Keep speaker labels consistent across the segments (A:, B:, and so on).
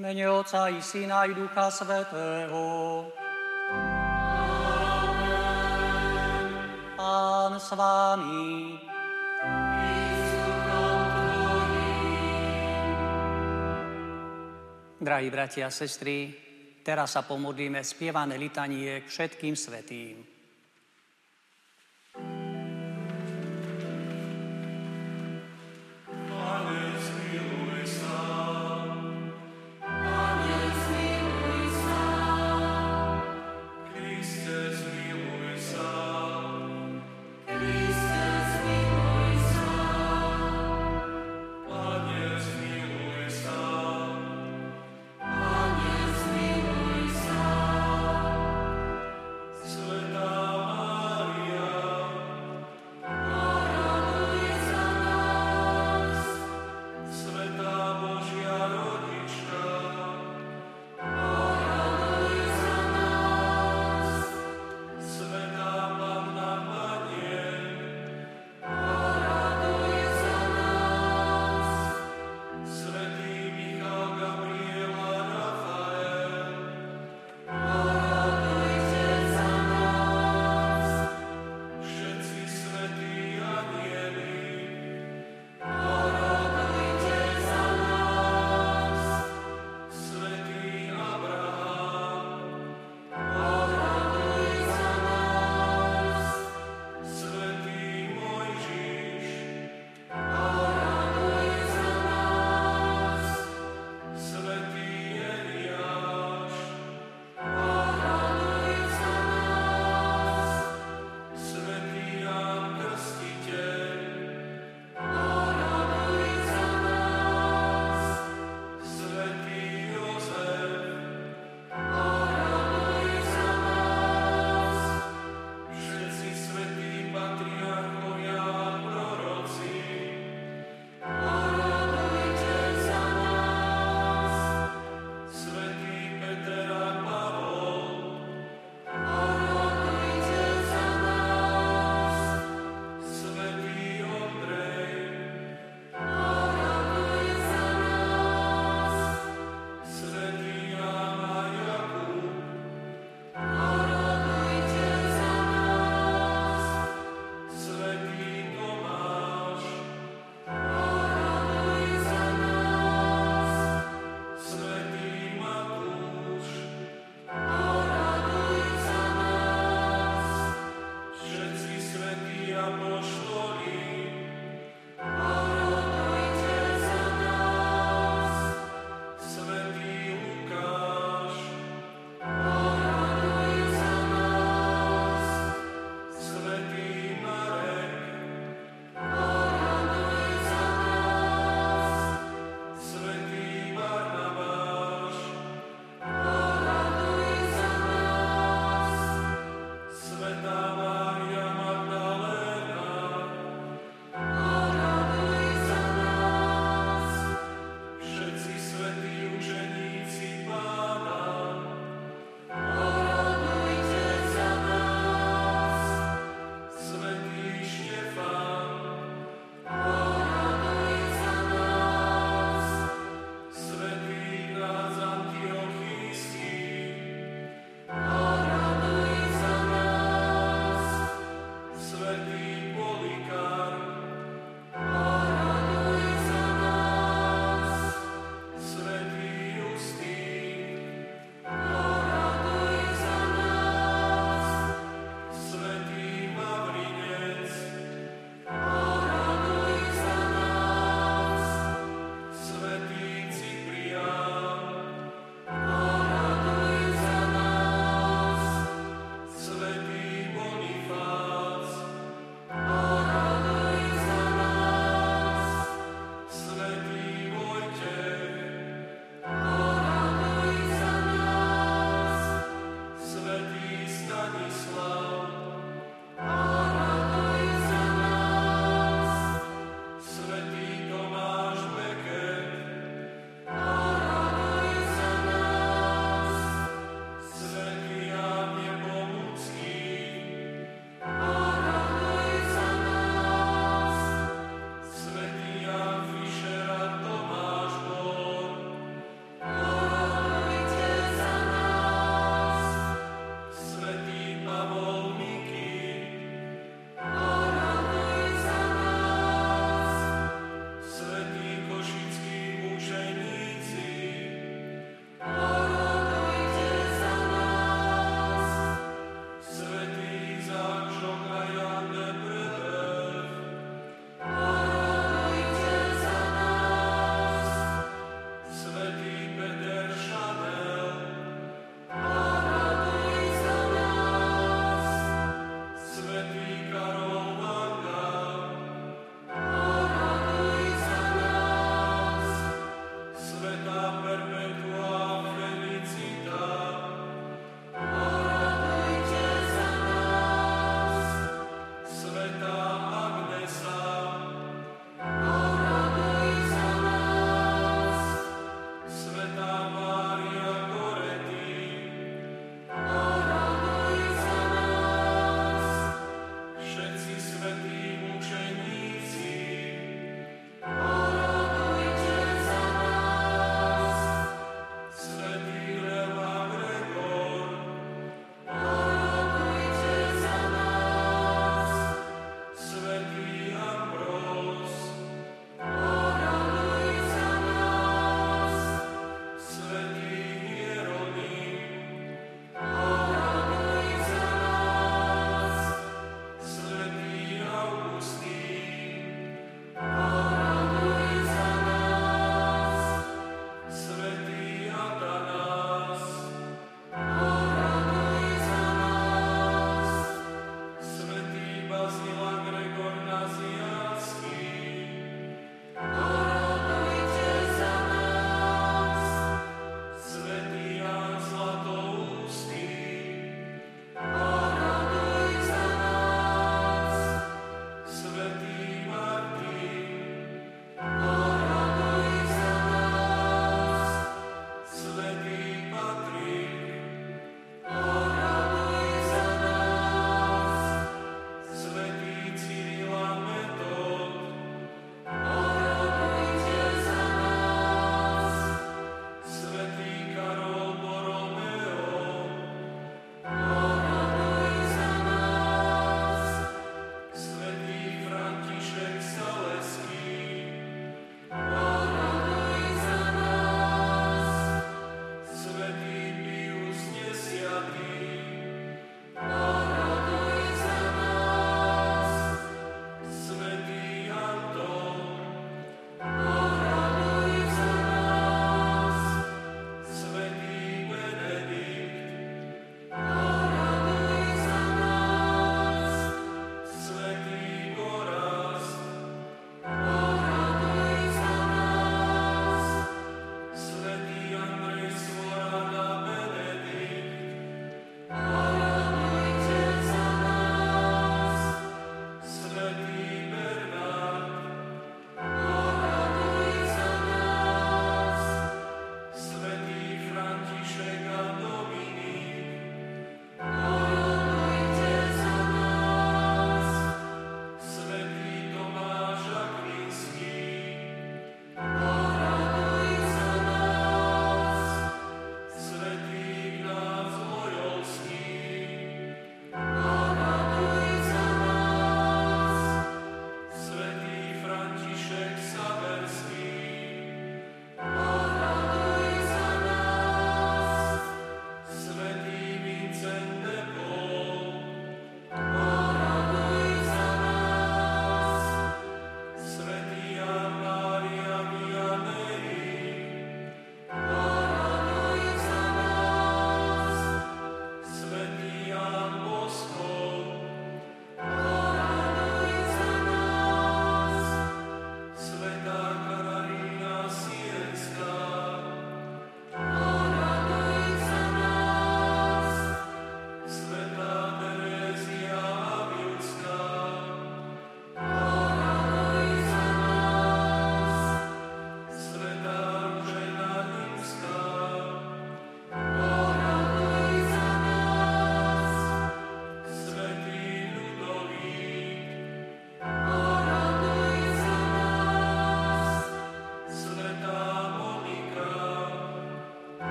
A: mene Otca i Syna i Ducha Svetého. Pán s vami. Drahí bratia a sestry, teraz sa pomodlíme spievané litanie k všetkým svetým.
B: Sveta Maria Magdalena,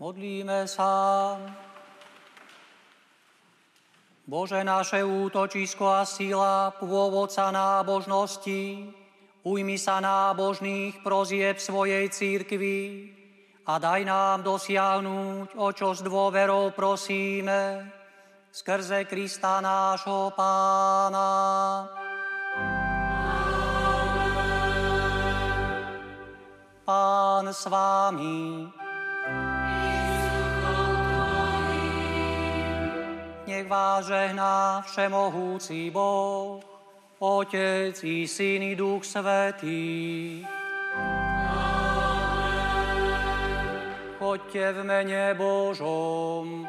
B: Modlíme sa. Bože naše útočisko a sila, pôvodca nábožnosti, ujmi sa nábožných prozieb svojej církvy a daj nám dosiahnuť, o čo s dôverou prosíme, skrze Krista nášho Pána. Pán s vámi. Nech vás žehná všemohúci Boh, Otec i Syn i Duch Svetý. Chodte v mene Božom.